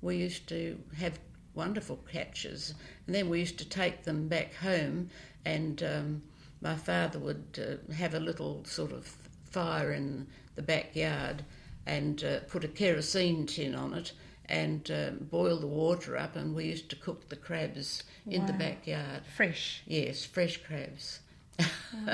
we used to have wonderful catches, and then we used to take them back home, and um, my father would uh, have a little sort of fire in the backyard and uh, put a kerosene tin on it and uh, boil the water up, and we used to cook the crabs in the Wow. backyard. Fresh. Yes, fresh crabs.